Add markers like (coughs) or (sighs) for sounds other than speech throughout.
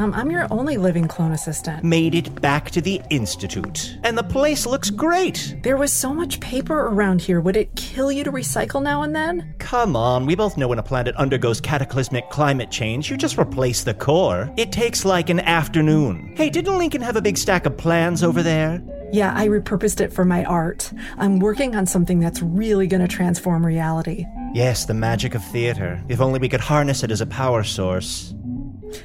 Um, I'm your only living clone assistant. made it back to the Institute. And the place looks great. There was so much paper around here. Would it kill you to recycle now and then? Come on, we both know when a planet undergoes cataclysmic climate change, you just replace the core. It takes like an afternoon. Hey, didn't Lincoln have a big stack of plans over there? Yeah, I repurposed it for my art. I'm working on something that's really going to transform reality. Yes, the magic of theater. If only we could harness it as a power source.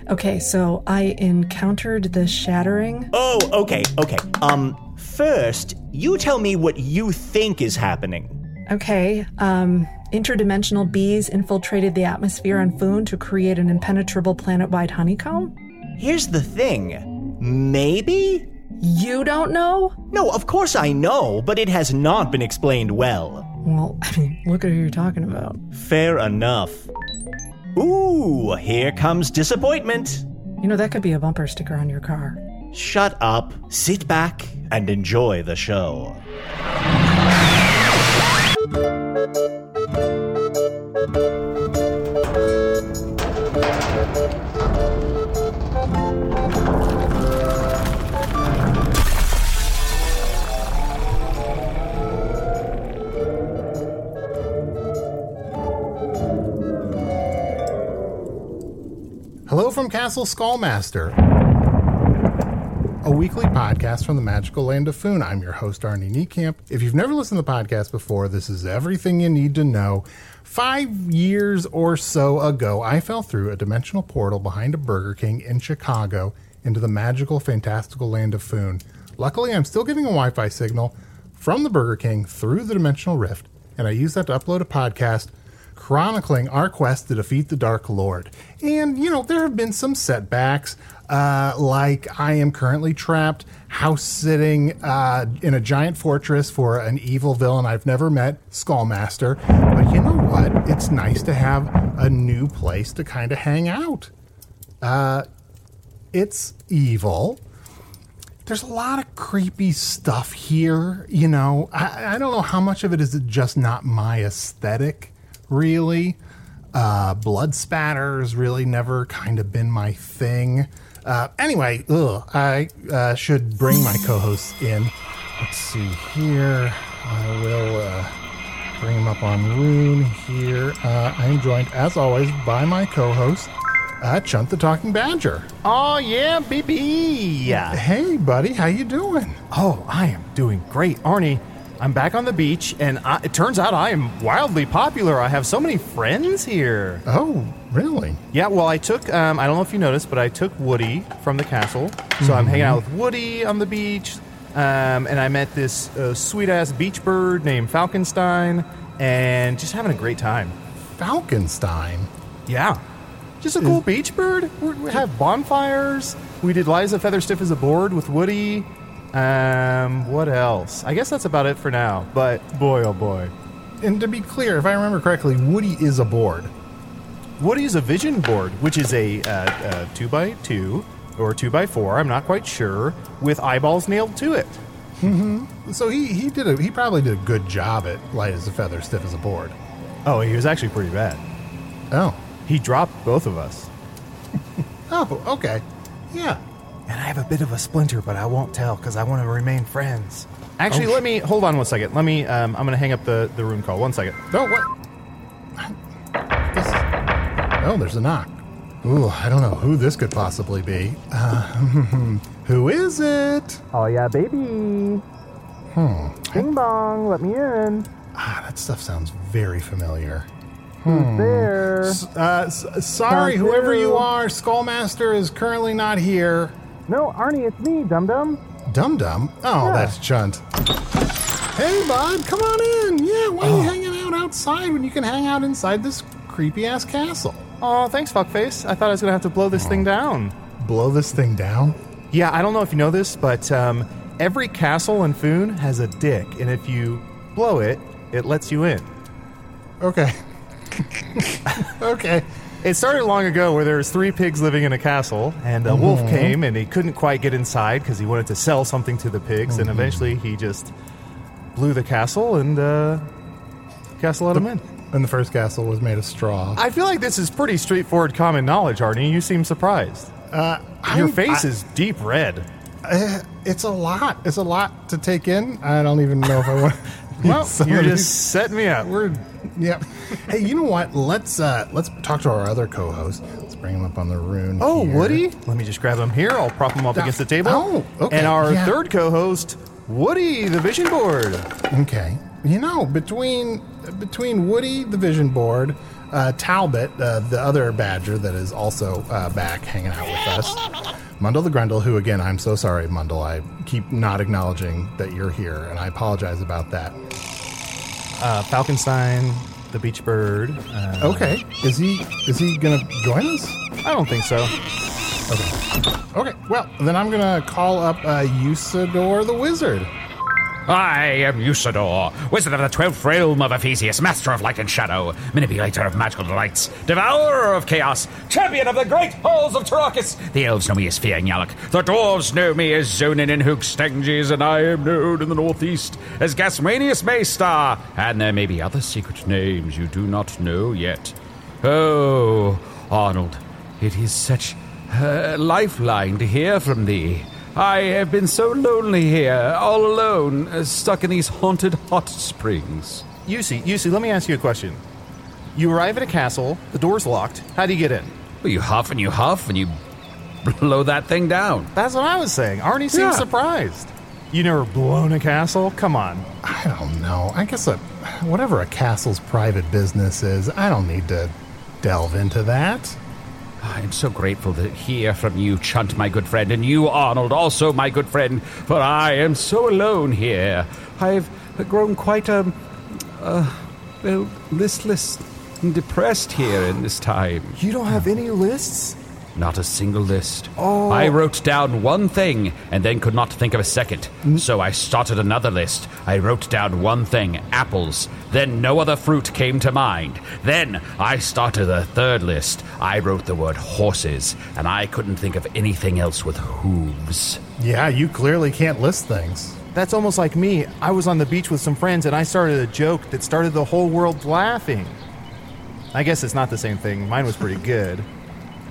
Okay, so I encountered the shattering. Oh, okay, okay. Um, first, you tell me what you think is happening. Okay, um, interdimensional bees infiltrated the atmosphere on Foon to create an impenetrable planet wide honeycomb? Here's the thing. Maybe? You don't know? No, of course I know, but it has not been explained well. Well, (laughs) I mean, look at who you're talking about. Fair enough. Ooh, here comes disappointment. You know, that could be a bumper sticker on your car. Shut up, sit back, and enjoy the show. Hello from Castle Skullmaster, a weekly podcast from the magical land of Foon. I'm your host, Arnie Niekamp. If you've never listened to the podcast before, this is everything you need to know. Five years or so ago, I fell through a dimensional portal behind a Burger King in Chicago into the magical, fantastical land of Foon. Luckily, I'm still getting a Wi Fi signal from the Burger King through the dimensional rift, and I use that to upload a podcast chronicling our quest to defeat the Dark Lord. And, you know, there have been some setbacks, uh, like I am currently trapped house sitting uh, in a giant fortress for an evil villain I've never met, Skullmaster. But you know what? It's nice to have a new place to kind of hang out. Uh, it's evil there's a lot of creepy stuff here. You know, I, I don't know how much of it is just not my aesthetic, really. Uh, blood spatters really never kind of been my thing. Uh, anyway, ugh, I uh, should bring my co-hosts in. Let's see here. I will uh, bring him up on Rune here. Uh, I am joined, as always, by my co-host, uh, Chunt the Talking Badger. Oh yeah, E. baby. Hey, buddy, how you doing? Oh, I am doing great, Arnie. I'm back on the beach, and I, it turns out I am wildly popular. I have so many friends here. Oh, really? Yeah, well, I took, um, I don't know if you noticed, but I took Woody from the castle. So I'm hanging out with Woody on the beach, um, and I met this uh, sweet ass beach bird named Falkenstein, and just having a great time. Falkenstein. Yeah. Just a cool beach bird. We're, we have bonfires. We did Liza Featherstiff as a board with Woody. Um, what else? I guess that's about it for now. But boy, oh boy. And to be clear, if I remember correctly, Woody is aboard. Woody's a vision board, which is a, uh, uh two by two or two by four. I'm not quite sure with eyeballs nailed to it. So he he did a he probably did a good job at light as a feather, stiff as a board. Oh, he was actually pretty bad. Oh, He dropped both of us. oh, okay, yeah. And I have a bit of a splinter, but I won't tell because I want to remain friends. Oh, Actually, let me hold on one second. Let me. Um, I'm going to hang up the the room call. One second. No, what? This is, oh, there's a knock. Ooh, I don't know who this could possibly be. Uh, (laughs) who is it? Oh yeah, baby. Ding dong, let me in. Ah, that stuff sounds very familiar. There. S- Uh, s- sorry, Thank whoever you. you are, Skullmaster is currently not here. No, Arnie, it's me, Dum Dum. Dum Dum? Oh, Yeah. that's Chunt. Hey, bud, come on in. Yeah, why Oh. are you hanging out outside when you can hang out inside this creepy ass castle? Oh, thanks, fuckface. I thought I was gonna have to blow this thing down. Blow this thing down? Yeah, I don't know if you know this, but um, every castle in Foon has a dick, and if you blow it, it lets you in. Okay. okay. It started long ago where there was three pigs living in a castle, and a wolf Mm-hmm. came, and he couldn't quite get inside because he wanted to sell something to the pigs, and Mm-hmm. eventually he just blew the castle, and uh, castle let him in. And the first castle was made of straw. I feel like this is pretty straightforward common knowledge, Arnie. You seem surprised. Your Uh, I'm- face is deep red. Uh, it's a lot. It's a lot to take in. I don't even know if I (laughs) want. (laughs) well, some You're of just setting me up. these- we're yeah. Hey, you know what? Let's uh let's talk to our other co-host. Let's bring him up on the rune. Oh, here. Woody? Let me just grab him here. I'll prop him up Ah, against the table. oh, okay, And our yeah. third co host, Woody, the vision board. Okay. You know, between between Woody, the vision board, uh, Talbot, uh, the other badger that is also uh, back hanging out with us, Mundle the Grundle, who again, I'm so sorry, Mundle. I keep not acknowledging that you're here, and I apologize about that. Uh, Falkenstein, the beach bird. Uh, Okay, is he is he gonna join us? I don't think so. Okay, well then I'm gonna call up uh, Usador the wizard. I am Usador, wizard of the twelfth realm of Ephesius, master of light and shadow, manipulator of magical delights, devourer of chaos, champion of the great halls of Tarakas. The elves know me as Fear Yalak, the dwarves know me as Zonin and Hookstanges, and I am known in the northeast as Gasmanius Maystar. And there may be other secret names you do not know yet. Oh, Arnold, it is such a lifeline to hear from thee. I have been so lonely here, all alone, uh, stuck in these haunted hot springs. Yusi, Yusi, let me ask you a question. You arrive at a castle, the door's locked. How do you get in? Well, you huff and you huff and you blow that thing down. That's what I was saying. Arnie seems Yeah. surprised. You never blown a castle? Come on. I don't know. I guess a, whatever a castle's private business is, I don't need to delve into that. I'm so grateful to hear from you, Chunt, my good friend, and you, Arnold, also my good friend, for I am so alone here. I've grown quite, um, uh, well, listless and depressed here in this time. You don't have any lists? Not a single list. I wrote down one thing and then could not think of a second. So I started another list. I wrote down one thing apples. Then no other fruit came to mind. Then I started a third list. I wrote the word horses, and I couldn't think of anything else with hooves. Yeah, you clearly can't list things. That's almost like me. I was on the beach with some friends and I started a joke that started the whole world laughing. I guess it's not the same thing. Mine was pretty good.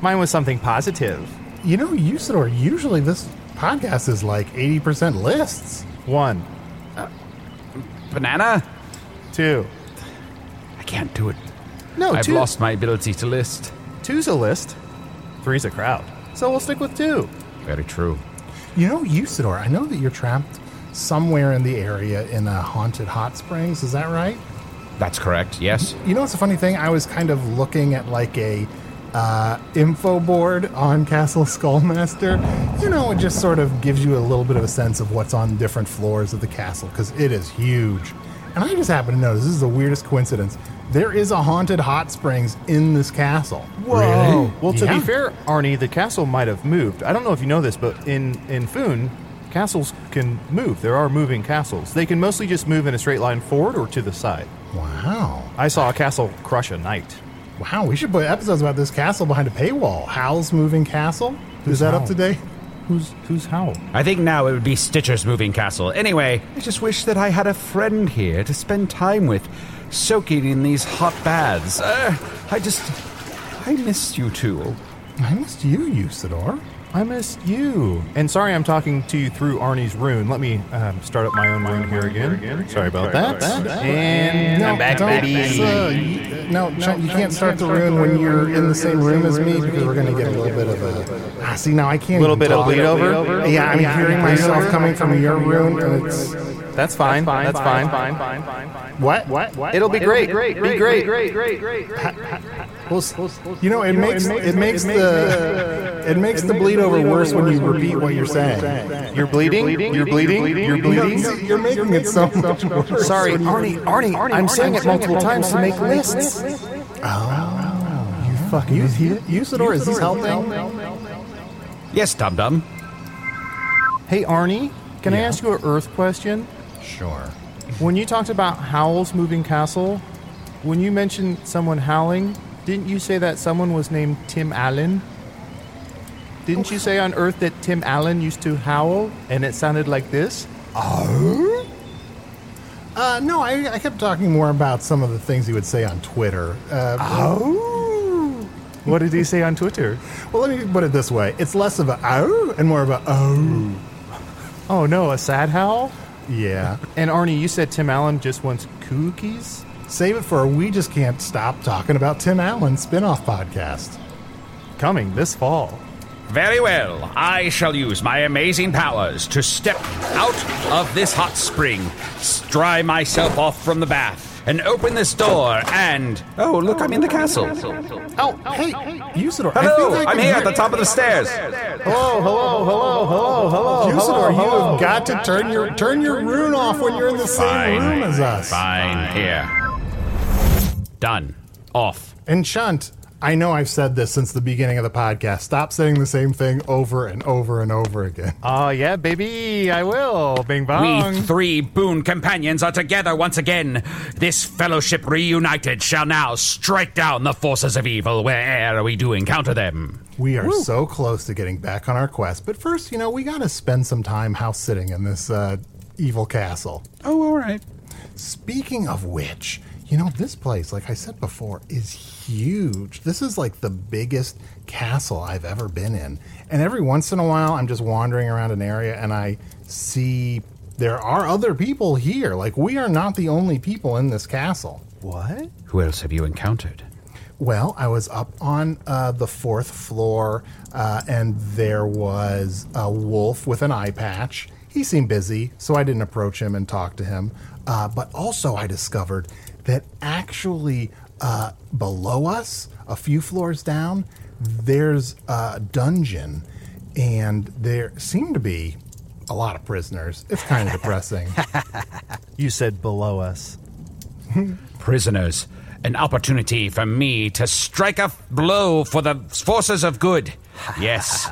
Mine was something positive. You know, Usador, usually this podcast is like 80% lists. One, Banana? two. I can't do it. No, Oh, I've two. lost my ability to list. Two's a list, three's a crowd. So we'll stick with two. Very true. You know, Usador, I know that you're trapped somewhere in the area in a haunted hot springs. Is that right? That's correct, yes. You know, it's a funny thing. I was kind of looking at like a uh, info board on Castle Skullmaster. You know, it just sort of gives you a little bit of a sense of what's on different floors of the castle because it is huge. And I just happen to notice this is the weirdest coincidence. There is a haunted hot springs in this castle. Whoa. Well, to Yeah. be fair, Arnie, the castle might have moved. I don't know if you know this, but in in Foon, castles can move. There are moving castles. They can mostly just move in a straight line forward or to the side. Wow. I saw a castle crush a knight. Wow, we should put episodes about this castle behind a paywall. Howl's Moving Castle? Is Who's that up Howl? to date? Who's who's how? I think now it would be Stitcher's moving castle. Anyway, I just wish that I had a friend here to spend time with, soaking in these hot baths. Uh, I just. I miss you two. I missed you, Usador. I missed you. And sorry, I'm talking to you through Arnie's rune. Let me um, start up my own rune here again. Sorry about that. And No, don't, uh, you- no, no, you can't start the rune when you're in the same room as me because we're going to get a little bit of a. Ah, see, now I can't. Little even bit of talk. bleed over? Yeah, I'm hearing myself coming from your room, and it's that's fine. That's fine. what? What? What? It'll be great. Great. Be great. You know, it makes it makes the it makes the bleed over worse when you repeat what you're saying. You're bleeding. You're bleeding. You're bleeding. No, You're making it so much worse. Sorry, Arnie. Arnie. I'm saying it multiple times to make lists. Fucking Usador, is this helping? Yes, Dum Dum. Hey, Arnie. Can I ask you an Earth question? Sure. When you talked about Howl's moving castle, when you mentioned someone howling, didn't you say that someone was named Tim Allen? Didn't you say on Earth that Tim Allen used to howl and it sounded like this? Uh, no, I, I kept talking more about some of the things he would say on Twitter. Uh, Oh. What did he say on Twitter? Well, let me put it this way: it's less of a oh and more of a oh. Oh no, a sad howl? Yeah, And Arnie, you said Tim Allen just wants cookies? save it for we just can't stop talking about Tim Allen's spinoff podcast. Coming this fall. Very well. I shall use my amazing powers to step out of this hot spring, s- dry myself off from the bath, and open this door and. Oh, look, I'm in the castle. Oh, hey, Usador! Hello, I think I I'm can here hear at the you. top of the stairs. Hello, hello, hello, hello, hello. Usador, you have got to turn your turn your rune off when you're in the same room as us. Fine, here. Done. Off. And Shunt, I know I've said this since the beginning of the podcast. Stop saying the same thing over and over and over again. Oh yeah, baby, I will. Bing bong. We three boon companions are together once again. This fellowship reunited shall now strike down the forces of evil where'er we do encounter them. We are so close to getting back on our quest, but first, you know, we got to spend some time house sitting in this uh, evil castle. Oh, all right. Speaking of which, you know, this place, like I said before, is huge. This is like the biggest castle I've ever been in. And every once in a while, I'm just wandering around an area and I see there are other people here. Like, we are not the only people in this castle. what? Who else have you encountered? Well, I was up on uh, the fourth floor, uh, and there was a wolf with an eye patch. He seemed busy, so I didn't approach him and talk to him. Uh, but also, I discovered that actually uh, below us, a few floors down, there's a dungeon, and there seem to be a lot of prisoners. It's kind of depressing. You said below us. Prisoners. An opportunity for me to strike a blow for the forces of good. Yes.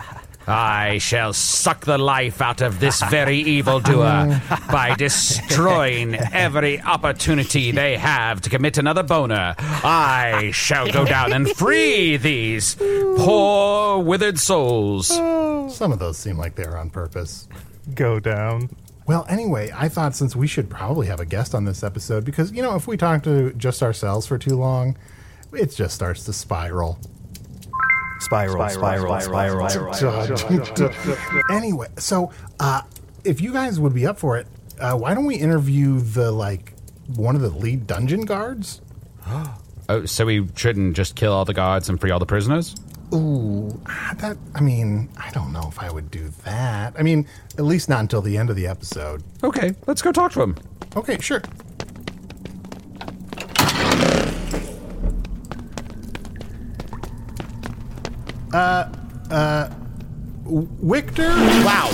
I shall suck the life out of this very evildoer by destroying every opportunity they have to commit another boner. I shall go down and free these poor withered souls. Some of those seem like they're on purpose. Go down. Well, anyway, I thought since we should probably have a guest on this episode because, you know, if we talk to just ourselves for too long, it just starts to spiral. Spiral, spiral, spiral. anyway, so uh, if you guys would be up for it, uh, why don't we interview the, like, one of the lead dungeon guards? Oh, so we shouldn't just kill all the guards and free all the prisoners? Ooh, ah, that, I mean, I don't know if I would do that. I mean, at least not until the end of the episode. Okay, let's go talk to him. Okay, sure. Uh, uh, Victor? Wow.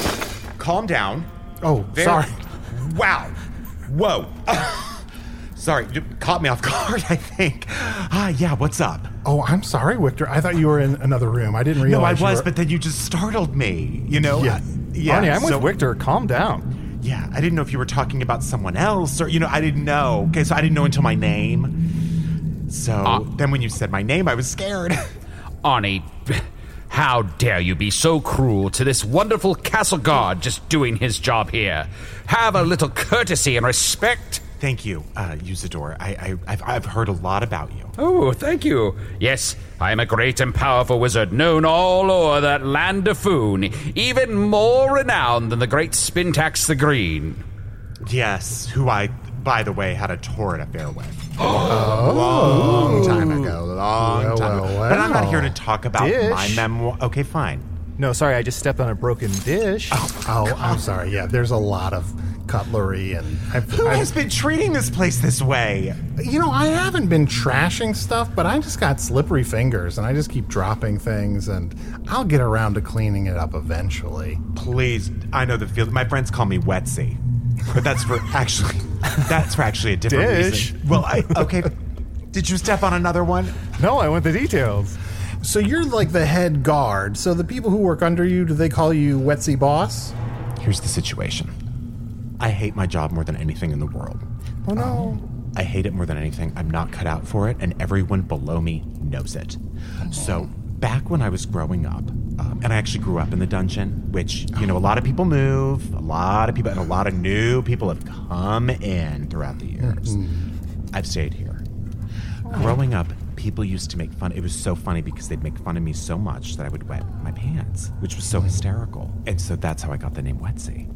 Calm down. Oh, Very- sorry. Wow. Whoa. (laughs) sorry, you caught me off (laughs) guard, I think. Ah, yeah, what's up? Oh, I'm sorry, Victor. I thought you were in another room. I didn't realize. no, I was, Oh, you were- but then you just startled me, you know? Yeah. Uh, yeah, Arnie, I'm so- with Victor. Calm down. Yeah, I didn't know if you were talking about someone else or, you know, I didn't know. Okay, so I didn't know until my name. So Ah. then when you said my name, I was scared. (laughs) Arnie, how dare you be so cruel to this wonderful castle guard just doing his job here? Have a little courtesy and respect. Thank you, uh, Usador. I, I, I've, I've heard a lot about you. Oh, thank you. Yes, I am a great and powerful wizard known all o'er that land of Foon, even more renowned than the great Spintax the Green. Yes, who I, by the way, had a torrid (gasps) affair with. Oh. Long time ago, Oh. long Well, time well, ago. But I'm not here to well. talk about Dish. my memoir. Okay, fine. No, sorry, I just stepped on a broken dish. Oh, I'm sorry. Yeah, there's a lot of cutlery and I've, Who I've- has been treating this place this way? you know, I haven't been trashing stuff, but I just got slippery fingers and I just keep dropping things and I'll get around to cleaning it up eventually. Please, I know the field. My friends call me Wetsy, but that's (laughs) for actually, that's for actually a different Dish. reason. Well, I okay. Did you step on another one? no, I want the details. So you're like the head guard. So the people who work under you, do they call you Wetsy Boss? Here's the situation. I hate my job more than anything in the world. Oh no. I hate it more than anything. I'm not cut out for it, and everyone below me knows it. So, back when I was growing up, um, and I actually grew up in the dungeon, which, you know, a lot of people move, a lot of people, and a lot of new people have come in throughout the years. I've stayed here. Growing up, people used to make fun. It was so funny because they'd make fun of me so much that I would wet my pants, which was so hysterical. And so that's how I got the name Wetsy.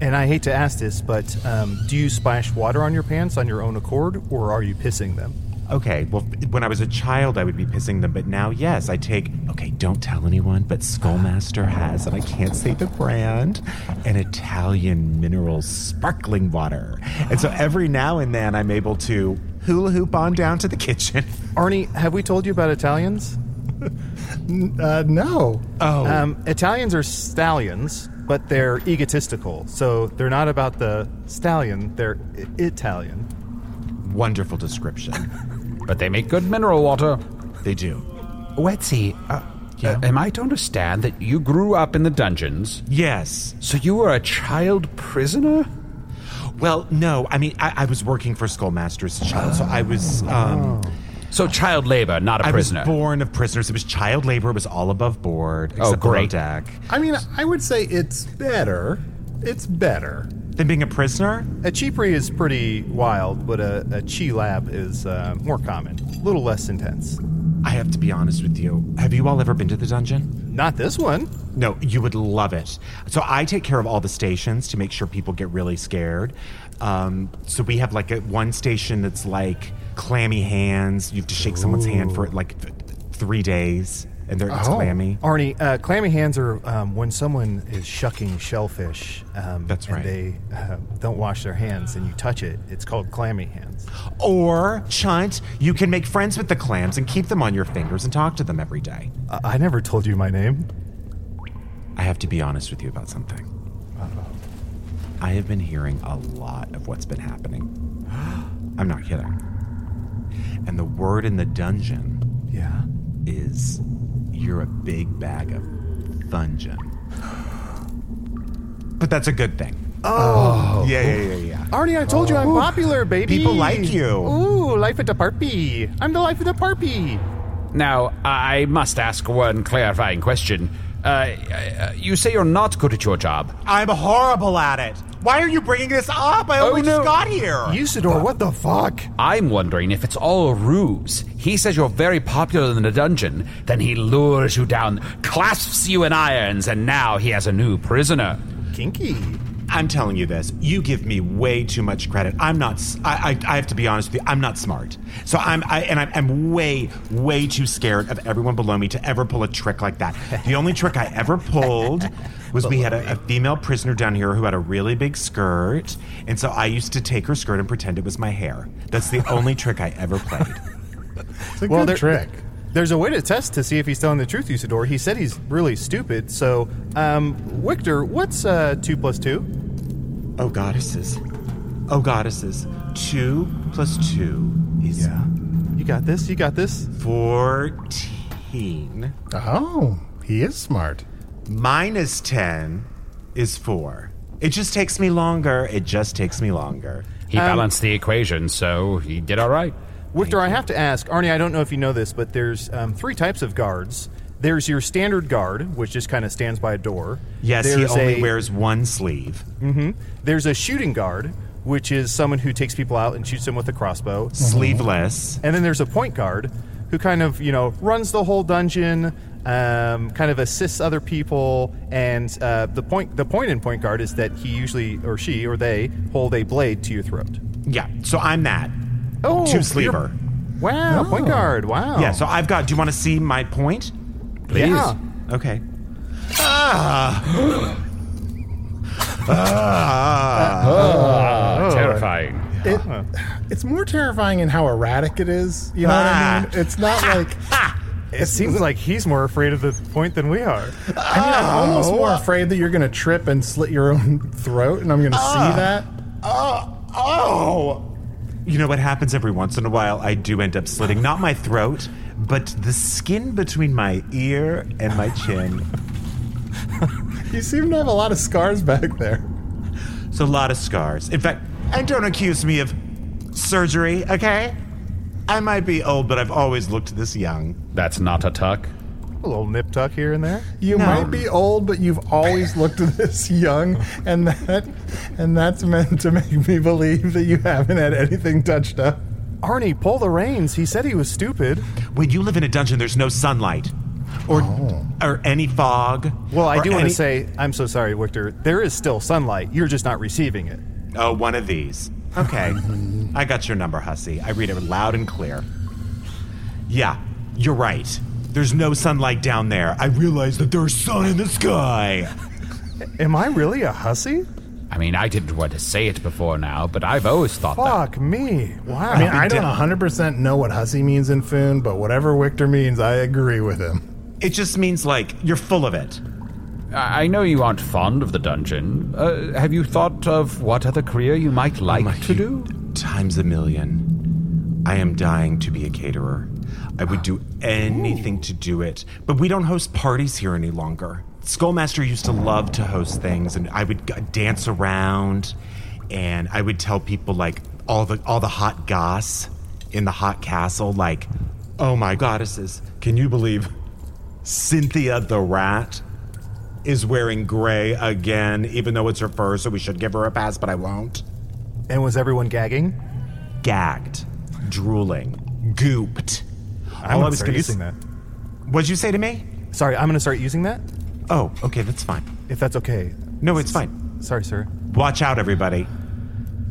And I hate to ask this, but um, do you splash water on your pants on your own accord, or are you pissing them? Okay, well, f- when I was a child, I would be pissing them, but now, yes, I take. Okay, don't tell anyone, but Skullmaster has, and I can't say the brand, an Italian mineral sparkling water. And so every now and then, I'm able to hula hoop on down to the kitchen. (laughs) Arnie, have we told you about Italians? Uh, no. Um, Italians are stallions, but they're egotistical. So they're not about the stallion, they're I- Italian. Wonderful description. But they make good mineral water. They do. Wetsy, uh, uh, am I to understand that you grew up in the dungeons, Yes. so you were a child prisoner? Well, no, I mean, I, I was working for Skullmaster as a child, so I was. Um, So child labor, not a I prisoner. was born of prisoners. It was child labor. It was all above board. Oh, except below great. deck. I mean, I would say it's better. It's better. Then being a prisoner? A cheapery is pretty wild, but a, a chi lab is uh, more common, a little less intense. I have to be honest with you. Have you all ever been to the dungeon? Not this one. No, you would love it. So I take care of all the stations to make sure people get really scared. Um, so we have like a, one station that's like clammy hands. You have to shake someone's hand for like th- th- three days, and they're it's Oh. clammy. Arnie, uh, clammy hands are um, when someone is shucking shellfish. Um, That's And right. they uh, don't wash their hands, and you touch it. It's called clammy hands. Or chunt, you can make friends with the clams and keep them on your fingers and talk to them every day. I, I never told you my name. I have to be honest with you about something. I have been hearing a lot of what's been (gasps) happening. I'm not kidding. And the word in the dungeon Yeah. is you're a big bag (gasps) of dungeon. But that's a good thing. Oh. Yeah, yeah, yeah, yeah. Arnie, I told you I'm popular, baby. People like you. Ooh, life at the parpy. I'm the life of the parpy. Now, I must ask one clarifying question. Uh, uh, you say you're not good at your job. Oh. I'm horrible at it. Why are you bringing this up? Oh, I only no. just got here. Usador, what the fuck? I'm wondering if it's all a ruse. He says you're very popular in the dungeon, then he lures you down, clasps you in irons, and now he has a new prisoner. Kinky. I'm telling you this. You give me way too much credit. I'm not. s- I, I- I have to be honest with you. I'm not smart. So I'm. I, and I'm, I'm way, way too scared of everyone below me to ever pull a trick like that. The only trick I ever pulled was we had a, a female prisoner down here who had a really big skirt, and so I used to take her skirt and pretend it was my hair. That's the only trick I ever played. It's a Well, good there- trick. There's a way to test to see if he's telling the truth, Usador. He said he's really stupid. So, um, Victor, what's uh, two plus two? Oh goddesses, oh goddesses. Two plus two is You got this. You got this. fourteen. Oh, he is smart. minus 10 is 4. It just takes me longer. It just takes me longer. Um, He balanced the equation, so he did all right. Victor, I have to ask, Arnie, I don't know if you know this, but there's um, three types of guards. There's your standard guard, which just kind of stands by a door. Yes, he There's only a- Mm-hmm. wears one sleeve. There's a shooting guard, which is someone who takes people out and shoots them with a crossbow. Sleeveless. And then there's a point guard who kind of, you know, runs the whole dungeon, um, kind of assists other people. And uh, the point the point in point guard is that he usually, or she, or they hold a blade to your throat. Yeah. So I'm that. Oh, Two sleever. you're- Wow, point guard. Wow. Yeah. So I've got. Do you want to see my point? Please. Yeah. Okay. Ah. ah. Terrifying. It, it's more terrifying in how erratic it is. You know Ah. what I mean? It's not like It (laughs) seems like he's more afraid of the point than we are. I mean, I'm almost more afraid that you're going to trip and slit your own (laughs) throat, and I'm going to see that. Ah. Oh. You know what happens every once in a while? I do end up slitting not my throat, but the skin between my ear and my chin. You seem to have a lot of scars back there. It's a lot of scars. In fact, and don't accuse me of surgery, okay? I might be old, but I've always looked this young. That's not a tuck. A little nip tuck here and there. You might be old, but you've always looked (laughs) this young, and that and that's meant to make me believe that you haven't had anything touched up. Arnie, pull the reins. He said he was stupid. When you live in a dungeon, there's no sunlight or or any fog. Oh. Well, I or do want any- to say, I'm so sorry, Victor. There is still sunlight. You're just not receiving it. Oh, one of these. (laughs) Okay. I got your number, hussy. I read it loud and clear. Yeah, you're right. There's no sunlight down there. I realize that there's sun in the sky. Am I really a hussy? I mean, I didn't want to say it before now, but I've always thought that. Fuck me. Wow. I mean, I don't 100% know what hussy means in Foon, but whatever Wichter means, I agree with him. It just means like you're full of it. I I know you aren't fond of the dungeon. Uh, have you thought of what other career you might like My to do? you- Times a million. I am dying to be a caterer. I would do anything to do it, but we don't host parties here any longer. Skullmaster used to love to host things, and I would g- dance around, and I would tell people like all the all the hot goss in the hot castle, like, "Oh my goddesses, can you believe Cynthia the rat is wearing gray again, even though it's her fur, so we should give her a pass, but I won't." and was everyone gagging? gagged, drooling, gooped. I'm All going to start gonna using s- that. What'd you say to me? Sorry, I'm going to start using that? Oh, okay, that's fine. If that's okay. No, it's fine. Sorry, sir. Watch out, everybody.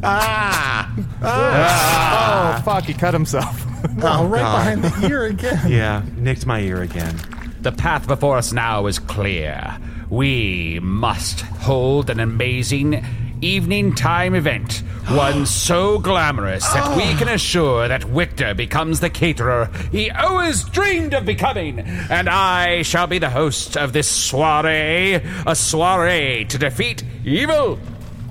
Ah! oh, fuck. He cut (laughs) himself. Oh, right behind the ear (laughs) again. Yeah, nicked my ear again. The path before us now is clear. We must hold an amazing evening time event, (gasps) one so glamorous that we can assure that Victor becomes the caterer he always dreamed of becoming, and I shall be the host of this soiree, a soiree to defeat evil.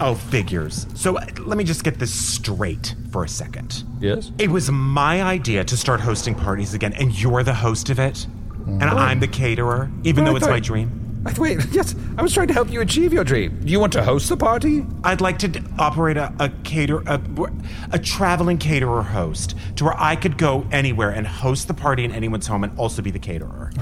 Oh, figures. So uh, let me just get this straight for a second. Yes? It was my idea to start hosting parties again, and you're the host of it? And I'm the caterer, even though it's my dream? Wait, yes, I was trying to help you achieve your dream. Do you want to host the party? I'd like to d- operate a, a cater a, a traveling caterer host to where I could go anywhere and host the party in anyone's home and also be the caterer.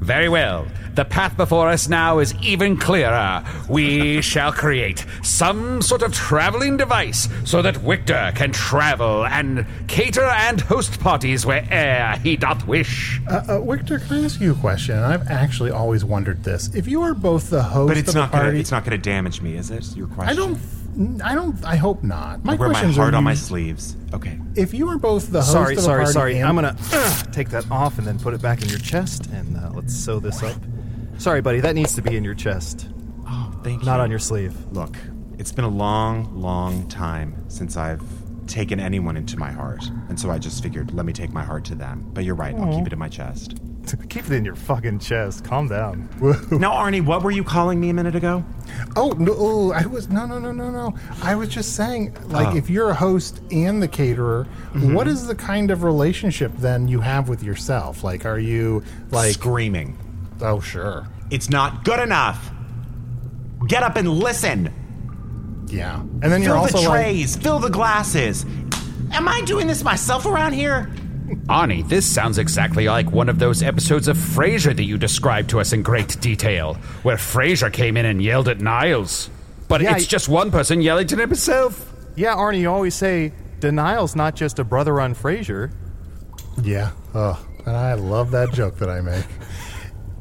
Very well. The path before us now is even clearer. We shall create some sort of traveling device so that Victor can travel and cater and host parties where'er he doth wish. Uh, Wichter, can I ask you a question? And I've actually always wondered this. If you are both the host But it's of the not gonna, party, it's not going to damage me, is it? Your question. I don't. I don't. I hope not. My wear my questions heart are on my you- sleeves. Okay. If you are both the host sorry, of the sorry, party sorry. and- I'm going to take that off and then put it back in your chest. And uh, let's sew this up. Sorry, buddy. That needs to be in your chest, Thank not you. on your sleeve. Look, it's been a long, long time since I've taken anyone into my heart, and so I just figured let me take my heart to them. But you're right. I'll keep it in my chest. (laughs) Keep it in your fucking chest. Calm down. now, Arnie, what were you calling me a minute ago? Oh no! oh, I was no, no, no, no, no. I was just saying, like, Uh. Oh. if you're a host and the caterer, Mm-hmm. what is the kind of relationship then you have with yourself? Like, are you like? Screaming. Oh, sure. It's not good enough. Get up and listen. Yeah. And then you're Fill the also like, trays, fill the glasses. Am I doing this myself around here? Arnie, this sounds exactly like one of those episodes of Frasier that you described to us in great detail, where Frasier came in and yelled at Niles. But Yeah, it's y- just one person yelling to himself. Yeah, Arnie, you always say denial's not just a brother on Frasier. Yeah. Oh, and I love that joke that I make.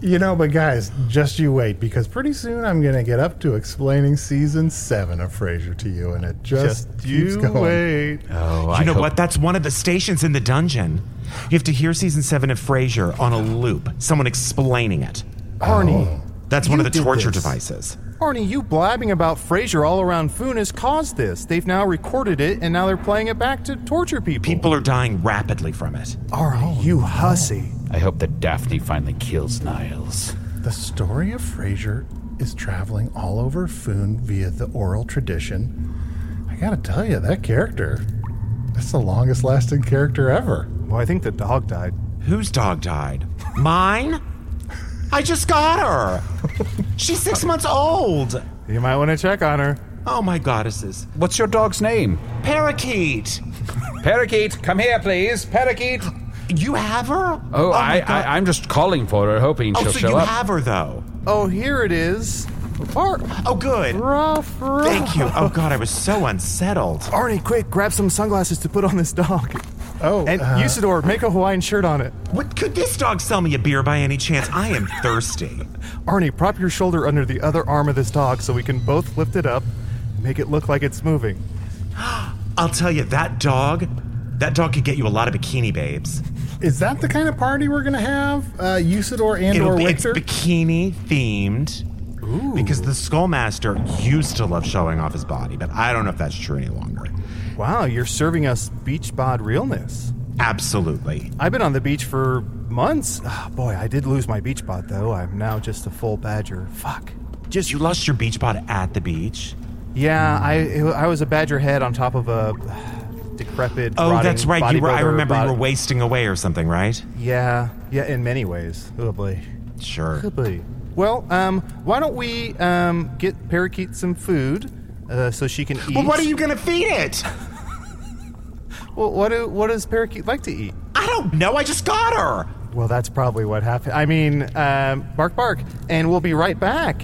You know, but guys, just you wait because pretty soon I'm going to get up to explaining season seven of Frasier to you, and it just, keeps going. Oh, you know what? That's one of the stations in the dungeon. You have to hear season seven of Frasier on a loop. Someone explaining it. Arnie, That's one You of the did torture this. devices. Arnie, you blabbing about Frasier all around Foon has caused this. They've now recorded it, and now they're playing it back to torture people. People are dying rapidly from it. Arnie, you hussy. I hope that Daphne finally kills Niles. The story of Frasier is traveling all over Foon via the oral tradition. I gotta tell you, that character, that's the longest lasting character ever. Well, I think the dog died. Whose dog died? Mine? I just got her. She's six months old. You might want to check on her. Oh my goddesses. What's your dog's name? Parakeet. Parakeet, come here, please. Parakeet. You have her? Oh, my I, God. I, I'm just calling for her, hoping Oh, she'll so show you up. have her though. Oh, here it is. Ar- Oh, good. rough, rough. Thank you. Oh God, I was so unsettled. Arnie, quick, grab some sunglasses to put on this dog. Oh, And uh, Usador, make a Hawaiian shirt on it. What could this dog sell me a beer by any chance? I am thirsty. Arnie, prop your shoulder under the other arm of this dog so we can both lift it up and make it look like it's moving. I'll tell you, that dog, that dog could get you a lot of bikini babes. Is that the kind of party we're gonna have? Uh, Usador and It'll or be it's Winter? bikini themed. Ooh. Because the Skullmaster used to love showing off his body, but I don't know if that's true any longer. Wow, you're serving us beach bod realness. Absolutely. I've been on the beach for months. Ah, boy, I did lose my beach bod though. I'm now just a full badger. Fuck. Just you lost your beach bod at the beach. Yeah, I I was a badger head on top of a uh, decrepit. Oh, rotting that's right. You were, I bodybuilder remember you bod- were wasting away or something, right? Yeah, yeah. In many ways, oh boy. Sure. Could be. Well, um, why don't we um, get Parakeet some food uh, so she can eat? Well, what are you gonna feed it? Well, what, do, what does Parakeet like to eat? I don't know. I just got her. Well, that's probably what happened. I mean, um, bark, bark, and we'll be right back.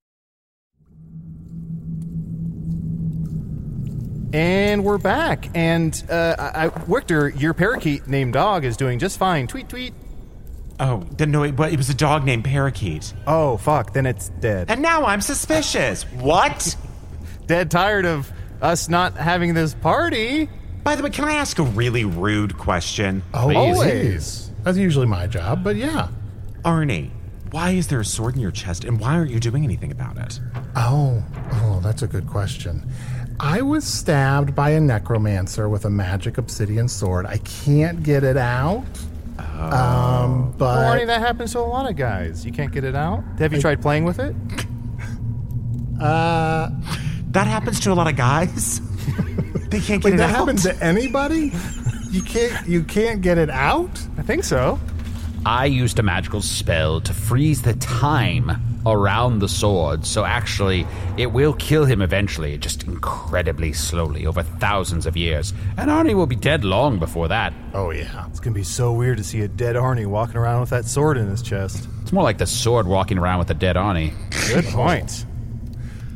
And we're back. And uh, I, I, Victor, your parakeet named dog is doing just fine. Tweet, tweet. Oh, then no, it, but it was a dog named Parakeet. Oh, fuck. Then it's dead. And now I'm suspicious. What? Dead tired of us not having this party. By the way, can I ask a really rude question? oh, Always. That's usually my job, but yeah. Arnie, why is there a sword in your chest and why aren't you doing anything about it? Oh, oh, that's a good question. I was stabbed by a necromancer with a magic obsidian sword. I can't get it out. Oh. Um, Arnie, but that happens to a lot of guys. You can't get it out. Have you tried playing with it? That happens to a lot of guys. they can't get (laughs) Wait, it that out. happened to anybody? You can't. You can't get it out. I think so. I used a magical spell to freeze the time around the sword, so actually, it will kill him eventually, just incredibly slowly over thousands of years. And Arnie will be dead long before that. Oh, yeah. It's gonna be so weird to see a dead Arnie walking around with that sword in his chest. Oh. It's more like the sword walking around with a dead Arnie. Good point.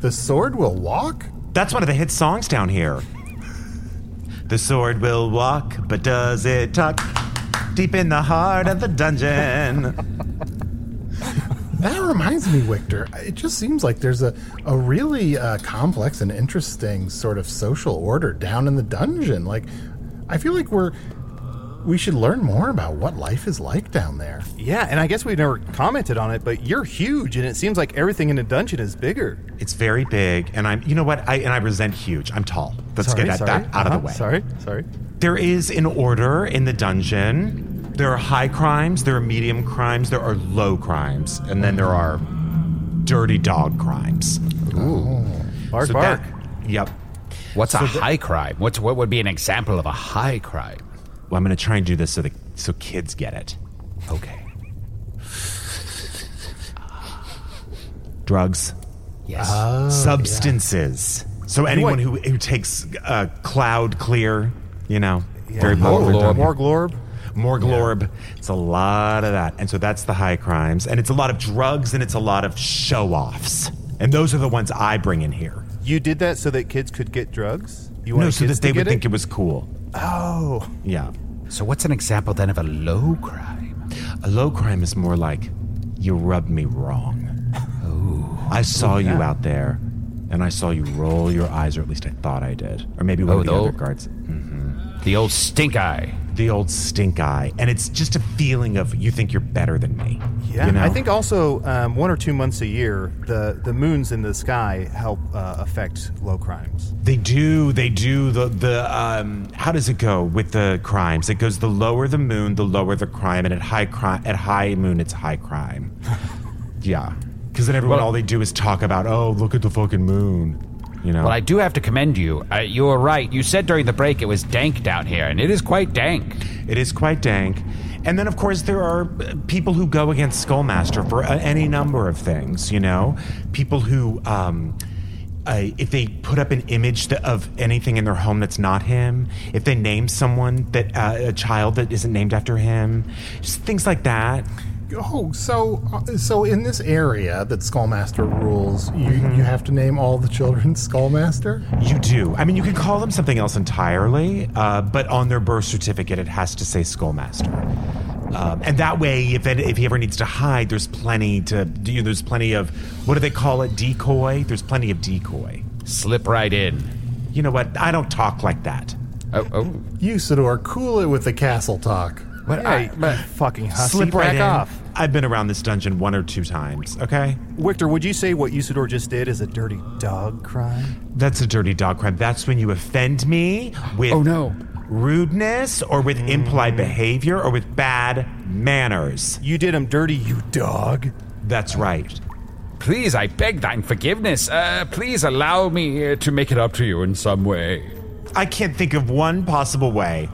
The sword will walk? That's one of the hit songs down here. the sword will walk, but does it talk? Deep in the heart of the dungeon. That reminds me, Victor. It just seems like there's a, a really uh, complex and interesting sort of social order down in the dungeon. Like, I feel like we're we should learn more about what life is like down there. Yeah, and I guess we never commented on it, but you're huge, and it seems like everything in a dungeon is bigger. it's very big, and I'm. You know what? I and I resent huge. I'm tall. Let's Sorry, get that, sorry. that out of the Uh-huh, way. Sorry, sorry. There is an order in the dungeon. There are high crimes, there are medium crimes, there are low crimes, and then there are dirty dog crimes. Ooh. Bark, So bark. that- yep. What's a high crime? What's, what would be an example of a high crime? Well, I'm going to try and do this so the so kids get it. Okay. Drugs. Yes. Oh, Uh. Substances. So anyone who, who takes uh, cloud clear, you know, very more popular. glorb. down here. More glorb. More glorb. It's a lot of that. And so that's the high crimes. And it's a lot of drugs and it's a lot of show offs. And those are the ones I bring in here. You did that so that kids could get drugs. You No, wanted so kids that they to would get think it was cool. Oh, Yeah. So, what's an example then of a low crime? A low crime is more like you rubbed me wrong. Oh. I saw you out there and I saw you roll your eyes, or at least I thought I did. Or maybe one Oh, of the the other old- guards. The old stink eye. The old stink eye. And it's just a feeling of you think you're better than me. yeah. You know? I think also um, one or two months a year, the the moons in the sky help uh, affect low crimes. They do. They do. The the um, how does it go with the crimes? It goes the lower the moon, the lower the crime, and at high crime at high moon, it's (laughs) high crime. yeah, because then everyone all they do is talk about oh look at the fucking moon, you know. Well, I do have to commend you. Uh, you were right. You said during the break it was dank down here, and it is quite dank. it is quite dank. And then of course there are uh, people who go against Skullmaster for uh, any number of things, you know, people who. Um, uh, if they put up an image that, of anything in their home that's not him, if they name someone that uh, a child that isn't named after him, just things like that. Oh, so uh, so in this area that Skullmaster rules, you you have to name all the children (laughs) Skullmaster. You do. I mean, you can call them something else entirely, uh, but on their birth certificate, it has to say Skullmaster. Um, and that way, if it, if he ever needs to hide, there's plenty to you know, there's plenty of what do they call it decoy? There's plenty of decoy. Slip right in. You know what? I don't talk like that. Oh, oh. Usador, cool it with the castle talk. But Yeah, I- you fucking hussy, Slip right Uh, back in. off. I've been around this dungeon one or two times. Okay, Victor, would you say what Usador just did is a dirty dog crime? that's a dirty dog crime. That's when you offend me with Oh, no. rudeness or with impolite behavior or with bad manners. You did him dirty, you dog. That's right. Please, I beg thine forgiveness. Uh, please allow me uh, to make it up to you in some way. I can't think of one possible way.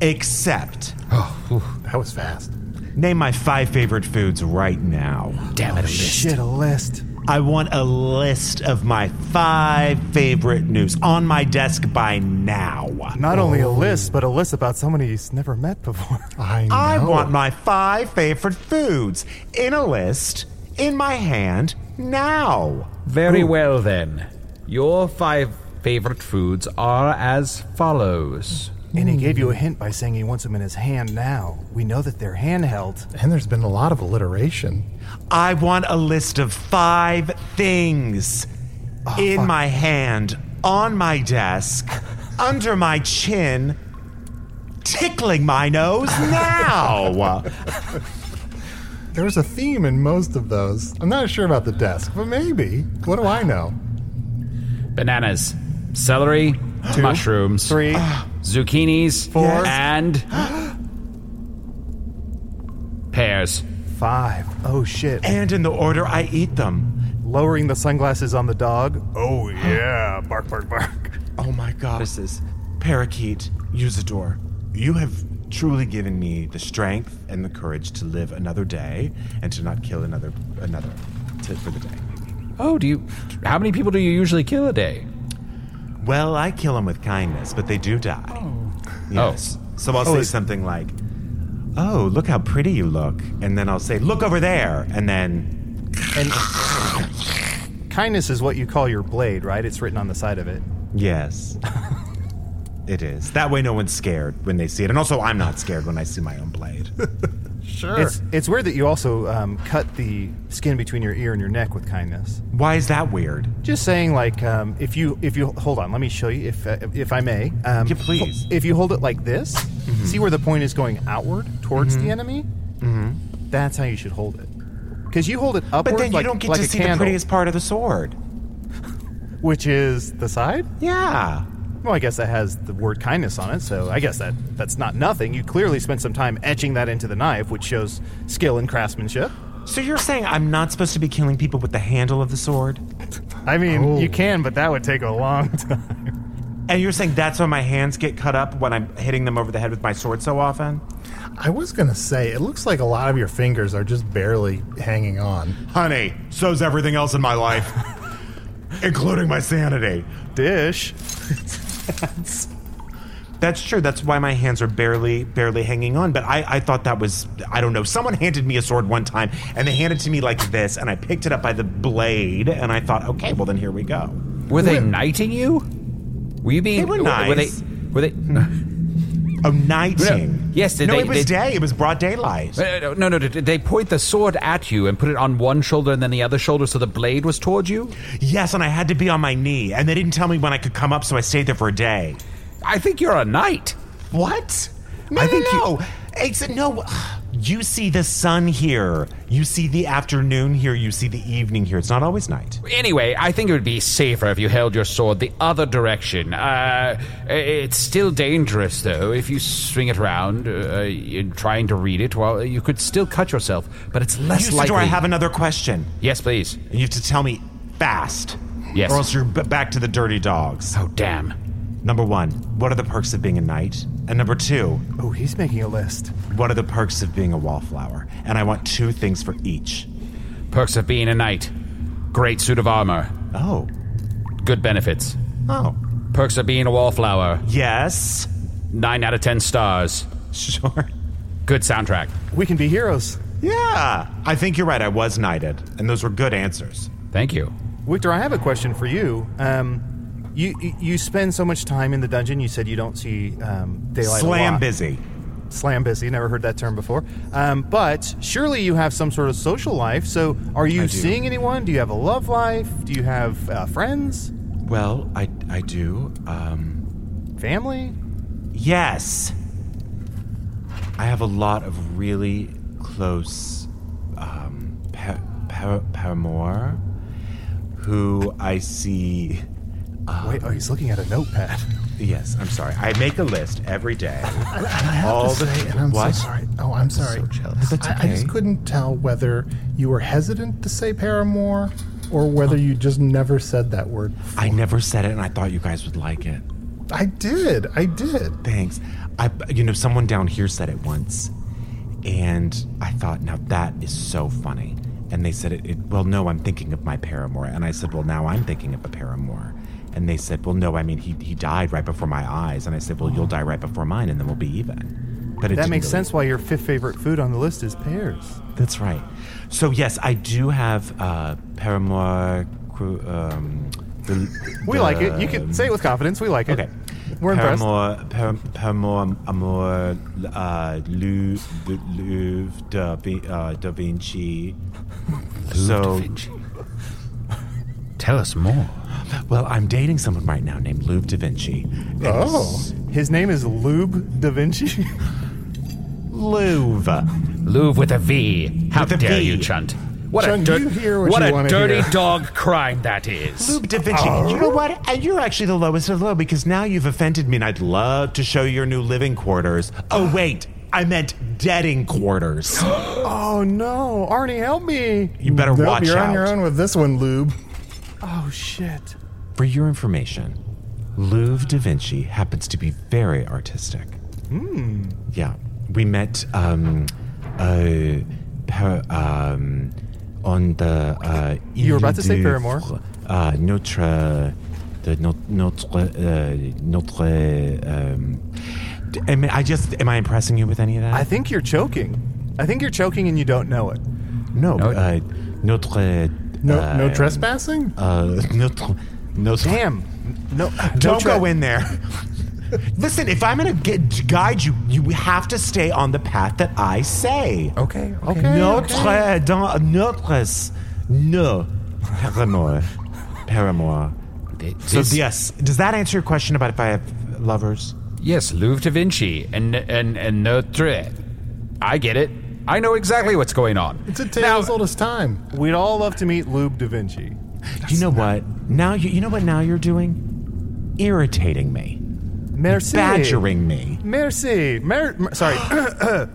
Except, That was fast. name my five favorite foods right now. Damn it, Oh, Shit, a list. I want a list of my five favorite news on my desk by now. Not only a list, but a list about somebody he's never met before. Oh. (laughs) I know. I want my five favorite foods in a list in my hand now. Very well then. Your five favorite foods are as follows. And he gave you a hint by saying he wants them in his hand now. We know that they're handheld. And there's been a lot of alliteration. I want a list of five things in my hand, on my desk, under my chin, tickling my (laughs) nose now. There's a theme in most of those. I'm not sure about the desk, but maybe. What do I know? Bananas, celery, mushrooms, Three. zucchinis, Four. Yes. (gasps) and pears. Five. Oh shit. and in the order I eat them. Lowering the sunglasses on the dog. Oh yeah. Bark, bark, bark. Oh my god. This is Parakeet, Usador, you have truly given me the strength and the courage to live another day and to not kill another another to, for the day. Oh, do you? How many people do you usually kill a day? Well, I kill them with kindness, but they do die. Yes. So I'll Oh, say it's- something like, "Oh, look how pretty you look," and then I'll say, "Look over there," and then and kindness is what you call your blade, right? It's written on the side of it. (laughs) yes, it is. That way, no one's scared when they see it, and also I'm not scared when I see my own blade. Sure. It's, it's weird that you also um, cut the skin between your ear and your neck with kindness. Why is that weird? Just saying, like, um, if you if you hold on, let me show you if uh, if I may. Um, Yeah, please. Mm-hmm. ho- If you hold it like this, see where the point is going outward towards Mhm. the enemy. Mm-hmm. That's how you should hold it. Because you hold it upward, But then you like, don't get like to a see the candle, prettiest part of the sword. which is the side. Yeah. Well, I guess that has the word kindness on it, so I guess that that's not nothing. You clearly spent some time etching that into the knife, which shows skill and craftsmanship. So you're saying I'm not supposed to be killing people with the handle of the sword? I mean, Oh. you can, but that would take a long (laughs) time. And you're saying that's why my hands get cut up when I'm hitting them over the head with my sword so often? I was going to say, it looks like a lot of your fingers are just barely hanging on. Honey, so's everything else in my life, (laughs) including my sanity. Dish. that's, that's true. That's why my hands are barely, barely hanging on. But I, I thought that was, I don't know. Someone handed me a sword one time, and they handed it to me like this, and I picked it up by the blade, and I thought, okay, well then here we go. Were they knighting you? Were you being? They were w- nice. Were they? Were they? Oh, knighting. Yes, did no, they? it was they- day. It was broad (laughs) daylight. Uh, No, no, no. Did they point the sword at you and put it on one shoulder and then the other shoulder so the blade was towards you? Yes, and I had to be on my knee, and they didn't tell me when I could come up, so I stayed there for a day. I think you're a knight. What? No, I think no, no. It's, no. (sighs) You see the sun here. You see the afternoon here. You see the evening here. It's not always night. Anyway, I think it would be safer if you held your sword the other direction. Uh, it's still dangerous, though, if you swing it around uh, in trying to read it. Well, you could still cut yourself, but it's less Usador, likely. I have another question. Yes, please. You have to tell me fast. Yes. Or else you're b- back to the dirty dogs. Oh, damn. Number one, what are the perks of being a knight? And number two, oh, he's making a list. What are the perks of being a wallflower? And I want two things for each. Perks of being a knight. Great suit of armor. Oh. Good benefits. Oh. Perks of being a wallflower. Yes. (laughs) Nine out of ten stars. Sure. Good soundtrack. We can be heroes. Yeah. I think you're right. I was knighted, and those were good answers. Thank you. Victor, I have a question for you. Um, you you- you spend so much time in the dungeon. You said you don't see um, daylight. a Slam lot. busy. Slam busy. Never heard that term before. Um, but surely you have some sort of social life. So are you do. seeing anyone? Do you have a love life? Do you have uh, friends? Well, I I do. Um, family. Yes. I have a lot of really close um, par- par- paramour who I see. Um, Wait, oh, he's looking at a notepad. Yes, I'm sorry. I make a list every day. And (laughs) I have All to the- say, and I'm what? so sorry. Oh, I'm sorry. So jealous. That's I, I just okay. couldn't tell whether you were hesitant to say Paramore or whether you just never said that word. I never said it, and I thought you guys would like it. I did. I did. Thanks. I, you know, someone down here said it once, and I thought, now that is so funny. And they said, it, it, well, no, I'm thinking of my paramour. And I said, well, now I'm thinking of a paramour. And they said, well, no, I mean, he, he died right before my eyes. And I said, well, you'll die right before mine, and then we'll be even. But it that didn't makes really- sense. Why your fifth favorite food on the list is pears. That's right. So, yes, I do have uh, paramour. cru- Um, the- We like it. You can the- say it with confidence. We like it. Okay. We're impressed. Paramour, par, paramour, amour, uh, Lou- the Louvre, da, Vin- uh, da Vinci. so, Tell us more. Well, I'm dating someone right now named Louvre da Vinci. And Oh. His name is Lube Da Vinci. (laughs) Louvre. Louvre with a V. How With a dare V. you, Chunt? What Chunt, a, dirt- you hear what you a wanna dirty hear. dog crime that is. Louvre da Vinci. Oh. You know what? And you're actually the lowest of low because now you've offended me and I'd love to show you your new living quarters. Oh, wait. I meant deading quarters. oh no, Arnie, help me! You better Nope, watch You're out. on your own with this one, Lube. Oh shit! For your information, Louvre da Vinci happens to be very artistic. Hmm. Yeah, we met um, uh, per, um, on the. Uh, You were about to say Île de- Paramore. Uh, notre, the no- notre, uh, notre. Um, d- am I just am I impressing you with any of that? I think you're choking. I think you're choking and you don't know it. No, uh, notre. No- uh, no trespassing? Uh, notre, notre. Damn. No, don't tre- go in there. (laughs) Listen, if I'm going to get guide you, you have to stay on the path that I say. Okay. Okay. okay. Notre okay. dans notre s- no paramour paramour. So this- yes, does that answer your question about if I have lovers? Yes, Louvre da Vinci and and and Notre. I get it. I know exactly what's going on. It's a tale as old as time. We'd all love to meet Lube da Vinci. you know what? Now you you know what now you're doing? Irritating me. Merci. Badgering me. Mercy. Mer- mer- sorry.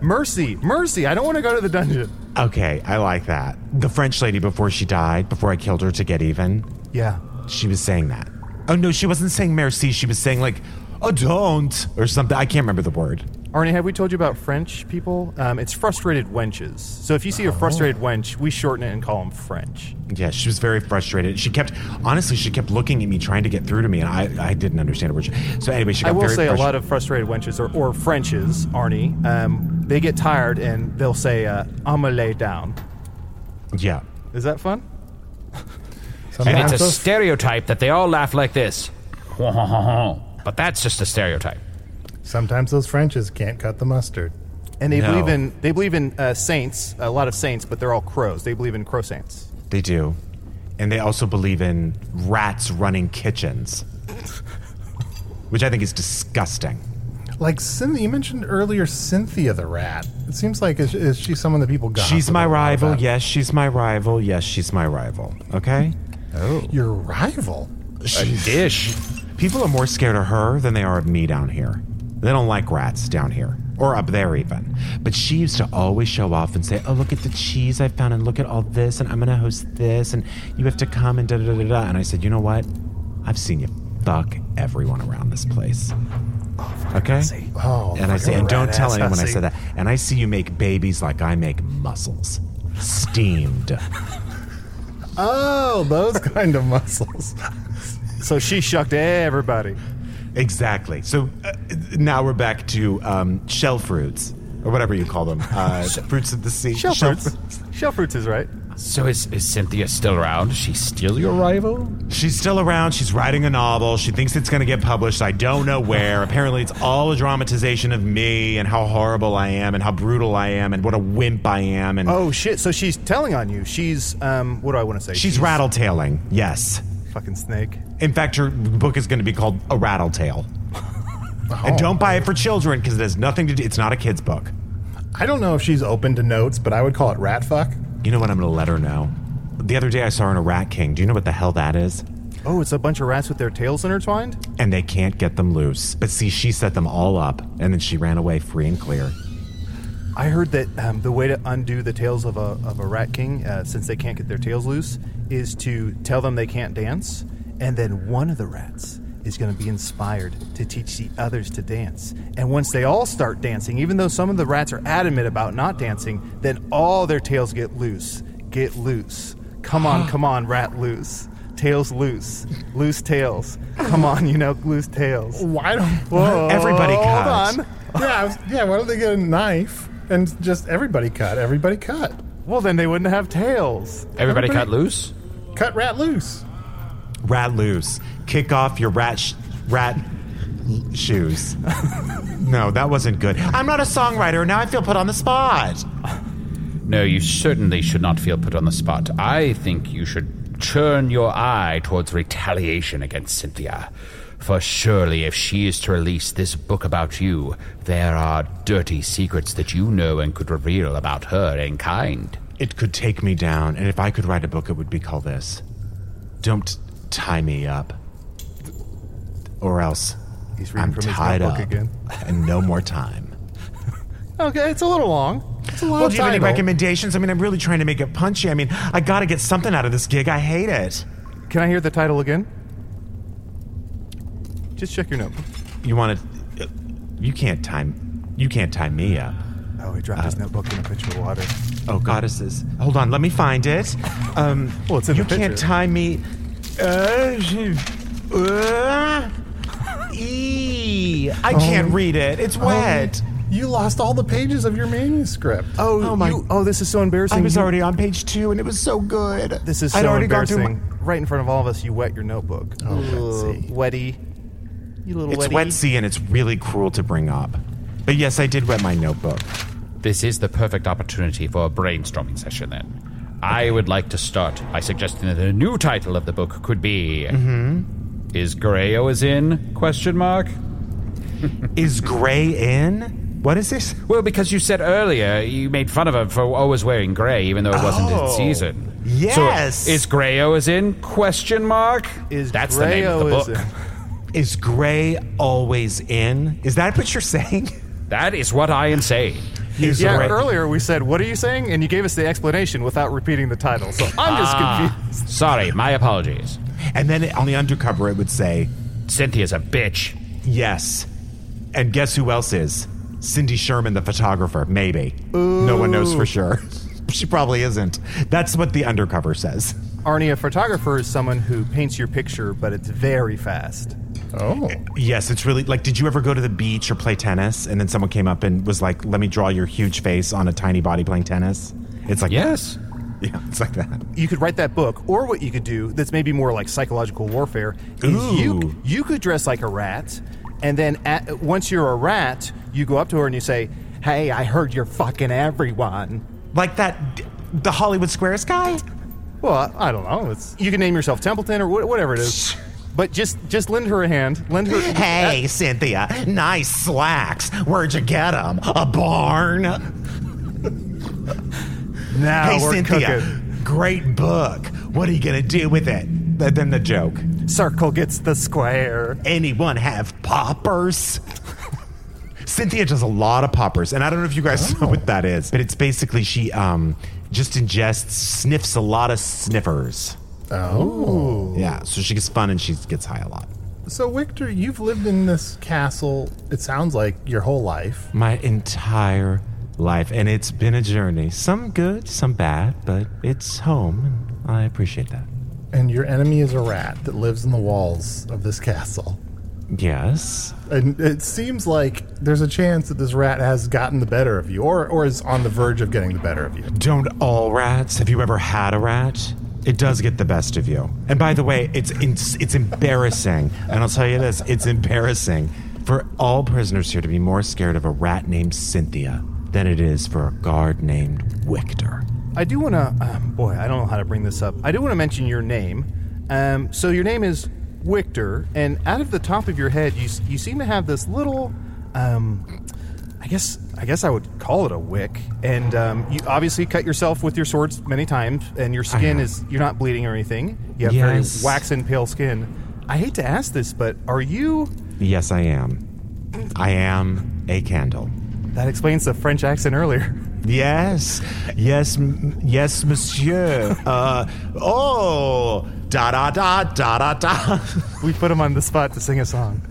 (clears throat) mercy. Mercy. I don't want to go to the dungeon. Okay, I like that. The French lady before she died, before I killed her to get even. Yeah. She was saying that. Oh no, she wasn't saying merci, she was saying like, oh don't or something. I can't remember the word. Arnie, have we told you about French people? Um, it's frustrated wenches. So if you Oh. see a frustrated wench, we shorten it and call them French. Yeah, she was very frustrated. She kept, honestly, she kept looking at me, trying to get through to me, and I, I didn't understand a word. she- So anyway, she got I will very say a frustra- lot of frustrated wenches or, or Frenches, Arnie, um, they get tired and they'll say, uh, I'm going to lay down. Yeah. Is that fun? and it's a stereotype that they all laugh like this. (laughs) But that's just a stereotype. Sometimes those Frenches can't cut the mustard. And they No. believe in they believe in uh, saints, a lot of saints, but they're all crows. They believe in crow saints. They do. And they also believe in rats running kitchens, which I think is disgusting. Like Cynthia, you mentioned earlier, Cynthia the rat. It seems like is, is she someone that people got? she's my rival. Yes, she's my rival. Yes, she's my rival. Okay? Oh, your rival. A dish. People are more scared of her than they are of me down here. They don't like rats down here, or up there even. But she used to always show off and say, "Oh, look at the cheese I found, and look at all this, and I'm gonna host this, and you have to come and da da da da." da." And I said, "You know what? I've seen you fuck everyone around this place." okay. Oh, and I say, fucking and don't rat tell ass anyone I hussy." said that. And I see you make babies like I make mussels, steamed. Oh, those (laughs) kind of muscles. So she shucked everybody. Exactly. So uh, now we're back to um, shell fruits, or whatever you call them. Uh, fruits of the (laughs) sea. Shell fruits. fru- Shell fruits is right. So is, is Cynthia still around? Is she still your rival? She's still around. She's writing a novel. She thinks it's going to get published. I don't know where. Apparently, it's all a dramatization of me and how horrible I am and how brutal I am and what a wimp I am. And Oh shit! So she's telling on you. She's um, what do I want to say? she's rattletailing. Yes. Fucking snake. In fact, her book is going to be called A (laughs) Rattletail. And Oh. don't buy it for children because it has nothing to do. It's not a kid's book. I don't know if she's open to notes, but I would call it rat fuck. You know what? I'm going to let her know. The other day I saw her in a Rat King. Do you know what the hell that is? Oh, it's a bunch of rats with their tails intertwined. And they can't get them loose. But see, she set them all up and then she ran away free and clear. I heard that um, the way to undo the tails of a of a rat king, uh, since they can't get their tails loose, is to tell them they can't dance, and then one of the rats is going to be inspired to teach the others to dance. And once they all start dancing, even though some of the rats are adamant about not dancing, then all their tails get loose. Get loose. Come (gasps) on, come on, rat loose. Tails loose. Loose tails. Come on, you know, loose (laughs) tails. Why (laughs) don't (laughs) Whoa, Everybody (laughs) cut. Hold on. yeah, I was, yeah. Why don't they get a knife and just everybody cut? Everybody cut. Well, then they wouldn't have tails. Everybody, cut loose? Cut rat loose. Rat loose. Kick off your rat sh- rat l- shoes. (laughs) no, that wasn't good. I'm not a songwriter. Now I feel put on the spot. No, you certainly should not feel put on the spot. I think you should turn your eye towards retaliation against Cynthia. For surely, if she is to release this book about you, there are dirty secrets that you know and could reveal about her in kind. It could take me down, and if I could write a book, it would be called this. Don't tie me up. Or else He's reading I'm from his tied notebook up again. and no more time. Okay, it's a little long. It's a long Well, do you have any title. recommendations? I mean, I'm really trying to make it punchy. I mean, I gotta get something out of this gig. I hate it. Can I hear the title again? Just check your notebook. You want to? You can't time. You can't time me up. Oh, he dropped his notebook in a pitcher of water. Oh, goddesses! Hold on, let me find it. Um, well, it's in You the can't picture. tie me. Uh, sh- uh, e. I can't Oh. Um, read it. It's um, wet. you lost all the pages of your manuscript. Oh, my! oh, this is so embarrassing. I was You- already on page two, and it was so good. This is so I'd already gone through embarrassing. my- right in front of all of us, you wet your notebook. Oh, wetty. You little It's wetty. wetsy, and it's really cruel to bring up. But yes, I did wet my notebook. This is the perfect opportunity for a brainstorming session, then. I would like to start by suggesting that a new title of the book could be Mm-hmm. Is Grayo is in? Question mark. is Gray in? What is this? Well, because you said earlier you made fun of her for always wearing gray, even though it wasn't in Oh, season. yes. So, is Grayo is in? Question mark. Is that's the name of the Grayo is book? Is Gray always in? Is that what you're (laughs) saying? That is what I am saying. Is yeah, Gray- earlier we said, "What are you saying?" and you gave us the explanation without repeating the title. So I'm just Ah. confused. Sorry, my apologies. And then it- on the undercover, it would say, Cynthia's a bitch. Yes. And guess who else is? Cindy Sherman, the photographer, maybe. No one knows for sure. (laughs) she probably isn't. That's what the undercover says. Arnie, a photographer is someone who paints your picture, but it's very fast. Oh. Yes, it's really like, did you ever go to the beach or play tennis? And then someone came up and was like, let me draw your huge face on a tiny body playing tennis? It's like, yes. (laughs) Yeah, it's like that. You could write that book, or what you could do that's maybe more like psychological warfare is you you could dress like a rat, and then at, once you're a rat, you go up to her and you say, "Hey, I heard you're fucking everyone." Like that, the Hollywood Squares guy. Well, I, I don't know. It's you can name yourself Templeton or wha- whatever it is, but just just lend her a hand. Lend her. Hey, Cynthia, nice slacks. Where'd you get them? A barn? (laughs) Now hey, we're Cynthia, cooking. great book. What are you going to do with it? Th- Then the joke. Circle gets the square. Anyone have poppers? Cynthia does a lot of poppers, and I don't know if you guys know what that is, but it's basically she um, just ingests, sniffs a lot of sniffers. Oh. Yeah, so she gets fun and she gets high a lot. So, Victor, you've lived in this castle, it sounds like, your whole life. my entire life, and it's been a journey. Some good, some bad, but it's home, and I appreciate that. And your enemy is a rat that lives in the walls of this castle. Yes. And it seems like there's a chance that this rat has gotten the better of you, or, or is on the verge of getting the better of you. Don't all rats? Have you ever had a rat? It does get the best of you. And by the way, it's it's, it's embarrassing. And I'll tell you this, it's embarrassing for all prisoners here to be more scared of a rat named Cynthia than it is for a guard named Victor. I do want to, um, boy, I don't know how to bring this up. I do want to mention your name. Um, so your name is Wichter, and out of the top of your head, you s- you seem to have this little, um, I guess I guess I would call it a wick. And um, you obviously cut yourself with your swords many times, and your skin is you're not bleeding or anything. You have Yes. very waxen pale skin. I hate to ask this, but are you? Yes, I am. I am a candle. That explains the French accent earlier. Yes, yes, m- yes, monsieur. Uh, oh, da da da da da da. We put him on the spot to sing a song.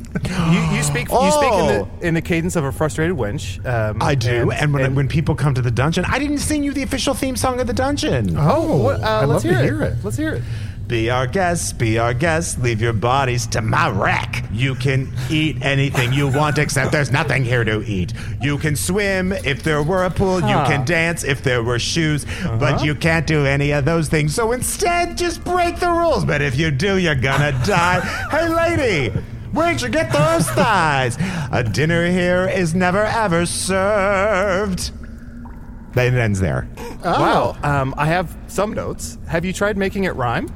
You, you speak. You speak (gasps) in the, in the cadence of a frustrated wench. Um, Oh. I do, and, when when people come to the dungeon, I didn't sing you the official theme song of the dungeon. Oh, what, uh, let's hear, it. Let's hear it. Be our guests, be our guests. Leave your bodies to my rack. You can eat anything you want, except there's nothing here to eat. You can swim if there were a pool. You Huh. can dance if there were shoes, but Uh-huh. you can't do any of those things. So instead, just break the rules. But if you do, (laughs) you're gonna die. hey, lady. Where'd you get those thighs? A dinner here is never ever served. It ends there. Wow. Um, I have some notes. Have you tried making it rhyme?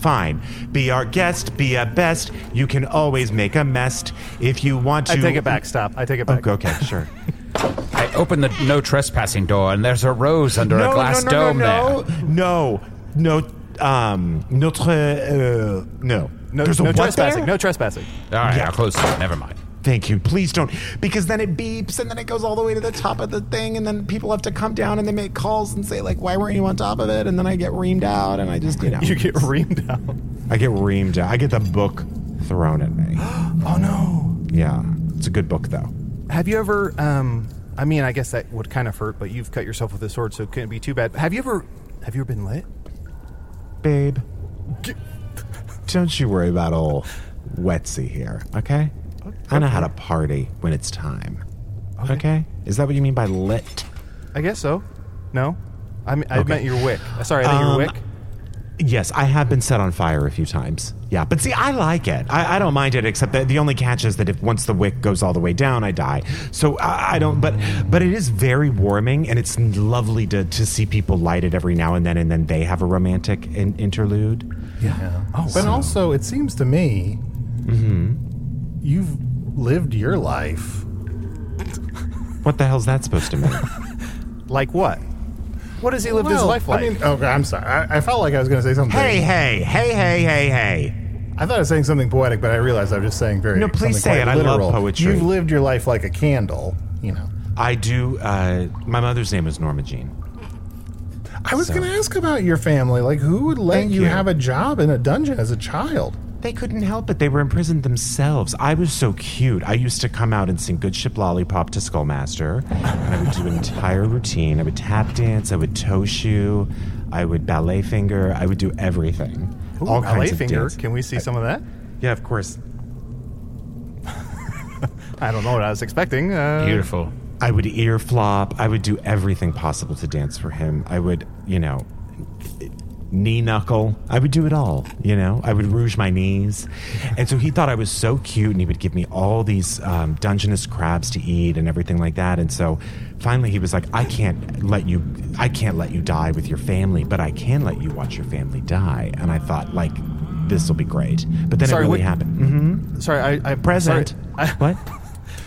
Fine. Be our guest, be a best. You can always make a mess if you want to. I take it back. Stop. I take it back. Okay, okay, (laughs) sure. I open the no trespassing door, and there's a rose under a glass dome no, there. no, no, no, um, notre, uh, no. No, There's a no what trespassing. there? No trespassing. All right, Yeah. I'll close it. Never mind. Thank you. Please don't, because then it beeps and then it goes all the way to the top of the thing, and then people have to come down and they make calls and say like, "Why weren't you on top of (laughs) Oh. it?" And then I get reamed out, and I just you know You get reamed out. I get reamed out. I get the book thrown at me. (gasps) oh no! Yeah, it's a good book though. Have you ever? Um, I mean, I guess that would kind of hurt, but you've cut yourself with a sword, so it couldn't be too bad. Have you ever? Have you ever been lit? Babe, don't you worry about old Wetsy here, okay? I know how to party when it's time. Okay. Is that what you mean by lit? I guess so. No, I mean, I Okay. meant your wick. Uh, Sorry, I think your Um, wick. Yes, I have been set on fire a few times. Yeah, but see, I like it. I, I don't mind it, except that the only catch is that if once the wick goes all the way down, I die. So I, I don't. But but it is very warming, and it's lovely to to see people light it every now and then, and then they have a romantic in, interlude. Yeah. but also, it seems to me Mm-hmm. you've lived your life. What the hell's that supposed to mean? like what? What has he lived his life like? I mean, okay, I'm sorry. I, I felt like I was going to say something. (laughs) Hey, hey, hey, hey, hey, hey. I thought I was saying something poetic, but I realized I was just saying very. No, please something say quite it. I love literal. poetry. You've lived your life like a candle. You know. I do. Uh, my mother's name is Norma Jean. I was So- going to ask about your family. Like, who would let Thank you, you. have a job in a dungeon as a child? They couldn't help it. They were imprisoned themselves. I was so cute. I used to come out and sing Good Ship Lollipop to Skullmaster. And I would do an entire routine. I would tap dance. I would toe shoe. I would ballet finger. I would do everything. Ooh, All ballet kinds of finger. dance. Can we see some of that? Yeah, of course. I don't know what Oh, I was expecting. Uh, I would ear flop. I would do everything possible to dance for him. I would, you know, knee knuckle. I would do it all, you know. I would rouge my knees. And so he thought I was so cute and he would give me all these um, Dungeness crabs to eat and everything like that. And so finally he was like, I can't let you, I can't let you die with your family, but I can let you watch your family die. And I thought, like, this will be great. But then Sorry, it what- really happened. hmm Sorry, I, I Present. sorry. what? (laughs)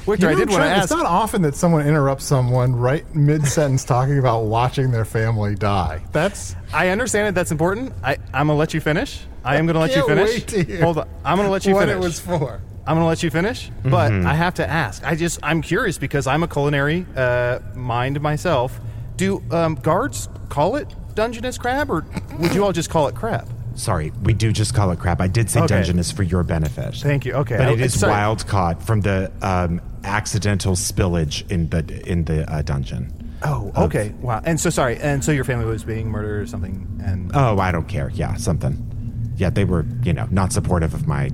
Victor, You I know, did want to Trent, ask. It's not often that someone interrupts someone right mid sentence talking about watching their family die. That's I understand that that's important. I, I'm gonna let you finish. I am gonna let you Can't finish. wait to hear Hold on. I'm gonna let you what finish. it was for. I'm gonna let you finish, but Mm-hmm. Mhm. I have to ask. I just I'm curious because I'm a culinary uh, mind myself. Do um, guards call it Dungeness crab, or would you all just call it (coughs) crab? Sorry, we do just call it crab. I did say Okay. Dungeness for your benefit. Thank you. Okay, but I- it is sorry. wild caught from the um, accidental spillage in the in the uh, dungeon. Oh, okay. Wow. And so sorry. And so your family was being murdered or something, and Oh, I don't care. Yeah, something. Yeah, they were you know not supportive of my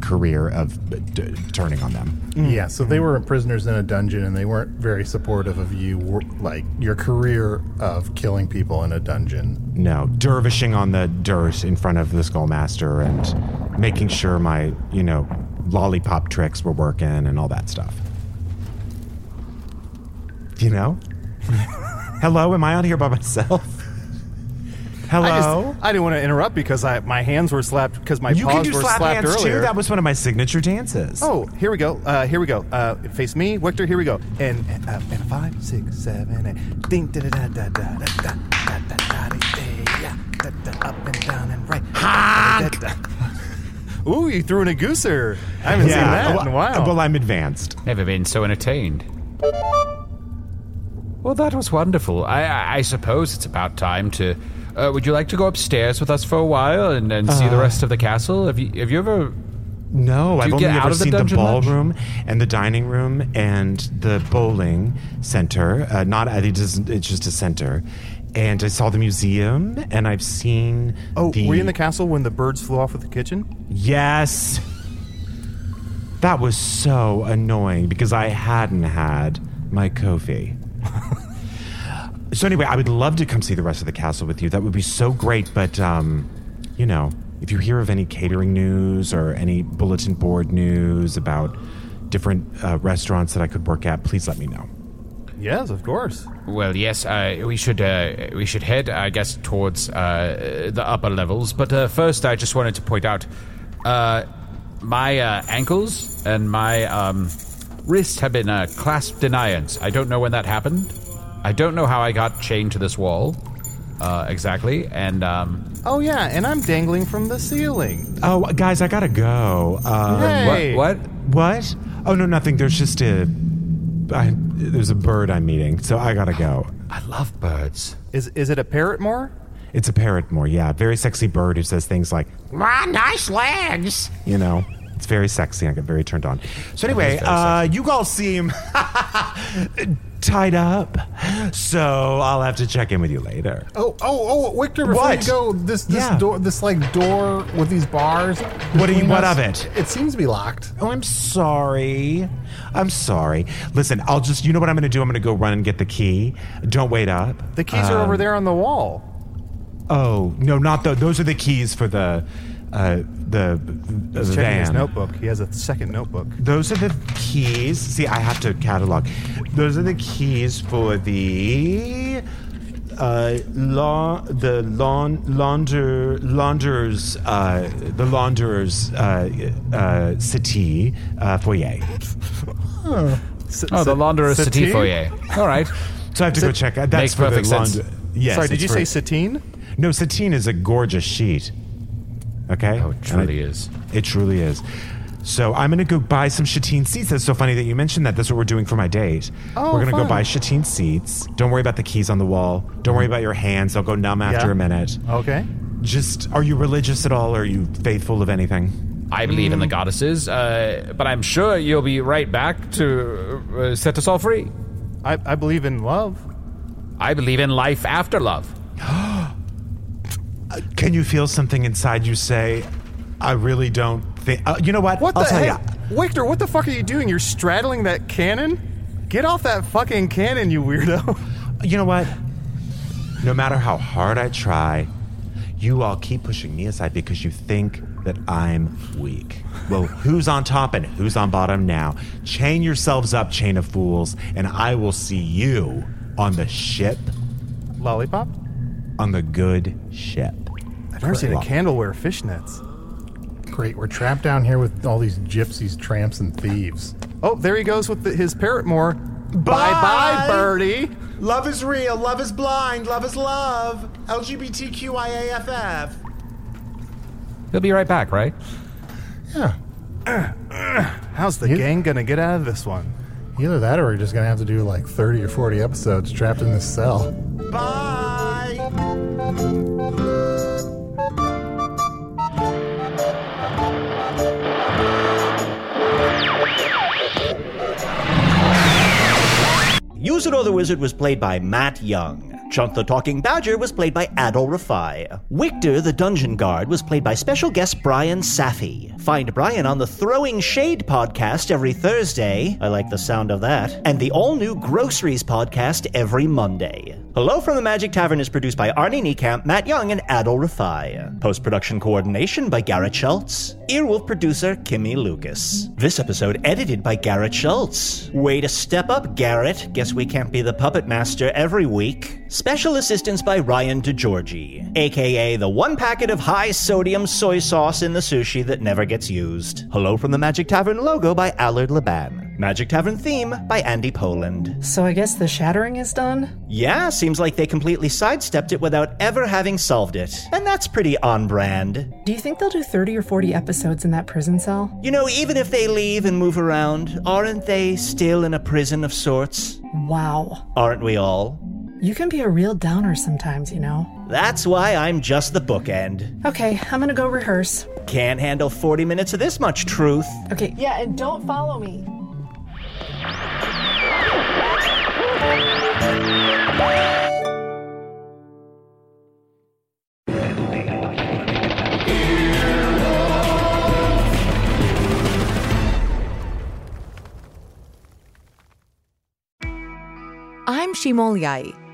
career of uh, d- turning on them. Yeah, so they were prisoners in a dungeon, and they weren't very supportive of you, wor- like your career of killing people in a dungeon. No, dervishing on the dirt in front of the skullmaster and making sure my you know lollipop tricks were working and all that stuff. (laughs) You know. Hello, am I out here by myself? Hello. I, just, I didn't want to interrupt because I my hands were slapped because my you paws can do were slap slapped hands earlier. too. That was one of my signature dances. Oh, here we go. Uh, here we go. Uh, face me, Victor. Here we go. And and, uh, and five, six, seven, eight. Ding da da da da da da da da da da da da yeah, da da up and down and right. Da, da, da. Ooh, you threw in a gooser. I haven't seen that in a while. Well, I'm advanced. Never been so entertained. Well, that was wonderful. I, I, I suppose it's about time to. Uh, would you like to go upstairs with us for a while and, and see the Uh, rest of the castle? Have you have you ever? No, Do I've you only get out ever of the seen the dungeon much? ballroom and the dining room and the bowling center. Uh, not it is it's just a center. And I saw the museum, and I've seen. Oh, the, were you in the castle when the birds flew off of the kitchen? Yes. That was so annoying because I hadn't had my Kofi. (laughs) so anyway, I would love to come see the rest of the castle with you. That would be so great, but um, you know, if you hear of any catering news or any bulletin board news about different uh, restaurants that I could work at, please let me know. Yes, of course. Well, yes. Uh, we should uh, we should head, I guess, towards uh, the upper levels. But uh, first, I just wanted to point out uh, my uh, ankles and my um, wrists have been uh, clasped in irons. I don't know when that happened. I don't know how I got chained to this wall uh, exactly, and. Um, Oh yeah, and I'm dangling from the ceiling. Oh, guys, I gotta go. Um, Hey. What- What? Oh no, nothing. There's just a I, there's a bird I'm meeting, so I gotta go. I love birds. Is is it a parrot more? It's a parrot more, yeah. Very sexy bird who says things like, My nice legs. you know. It's very sexy. I get very turned on. So anyway, uh, you all seem (laughs) tied up. So I'll have to check in with you later. Oh, oh, oh, Victor, before What? you go, this this Yeah. door, this like door with these bars. What do you- between what us, of it? It seems to be locked. Oh, I'm sorry. I'm sorry. Listen, I'll just. You know what I'm going to do? I'm going to go run and get the key. Don't wait up. The keys are Um, over there on the wall. Oh no, not those. Those are the keys for the uh, the, the He's checking his van. notebook. He has a second notebook. Those are the keys. See, I have to catalog. Those are the keys for the uh, la- the lawn launder launderers uh, the launderers uh, uh, city uh, foyer. Oh, the launderer's city Satine? foyer. All right. So I have to go check. That's makes for the perfect sense. launder- Yes, Sorry, did it's you for- say satine? No, satine is a gorgeous sheet. Okay. Oh, it truly is. It truly is. So I'm gonna go buy some Chatine seats. That's so funny that you mentioned that. That's what we're doing for my date. Oh, we're gonna fun. go buy Chatine seats. Don't worry about the keys on the wall. Don't worry about your hands. They'll go numb after Mm-hmm. Yeah. a minute. Okay. Just, are you religious at all? are you faithful of anything? I believe in the goddesses, uh, but I'm sure you'll be right back to uh, set us all free. I, I believe in love. I believe in life after love. Uh, Can you feel something inside you say, "I really don't think"? Uh, you know what? What I'll the tell heck? ya. Victor, what the fuck are you doing? You're straddling that cannon? Get off that fucking cannon, you weirdo. (laughs) You know what? No matter how hard I try, you all keep pushing me aside because you think that I'm weak. (laughs) Well, who's on top and who's on bottom now? Chain yourselves up, chain of fools, and I will see you on the ship, Lollipop? on the good ship. I've never seen a candle wear fishnets. Great, we're trapped down here with all these gypsies, tramps, and thieves. Oh, there he goes with the, his parrot more. Bye bye, birdie. Love is real. Love is blind. Love is love. LGBTQIAFF. You'll be right back, right? Yeah. How's the gang gonna get out of this one? Either that, or we're just gonna have to do like thirty or forty episodes trapped in this cell. Yuzuro the Wizard was played by Matt Young. Chunk the Talking Badger was played by Adol Rafai. Victor the Dungeon Guard was played by special guest Brian Safi. Find Brian on the Throwing Shade podcast every Thursday. I like the sound of that. And the all new Groceries podcast every Monday. Hello from the Magic Tavern is produced by Arnie Niekamp, Matt Young, and Adol Rafai. Post production coordination by Garrett Schultz. Earwolf producer Kimmy Lucas. This episode edited by Garrett Schultz. Way to step up, Garrett. Guess we can't be the puppet master every week. Special assistance by Ryan DeGiorgi, aka the one packet of high sodium soy sauce in the sushi that never gets used. Hello from the Magic Tavern logo by Allard Laban. Magic Tavern theme by Andy Poland. So I guess the shattering is done? Yeah, seems like they completely sidestepped it without ever having solved it. And that's pretty on brand. Do you think they'll do 30 or 40 episodes in that prison cell? You know, even if they leave and move around, aren't they still in a prison of sorts? Wow. Aren't we all? You can be a real downer sometimes, you know? That's why I'm just the bookend. Okay, I'm gonna go rehearse. Can't handle 40 minutes of this much truth. Okay. Yeah, and don't follow me. I'm Shimol Yai,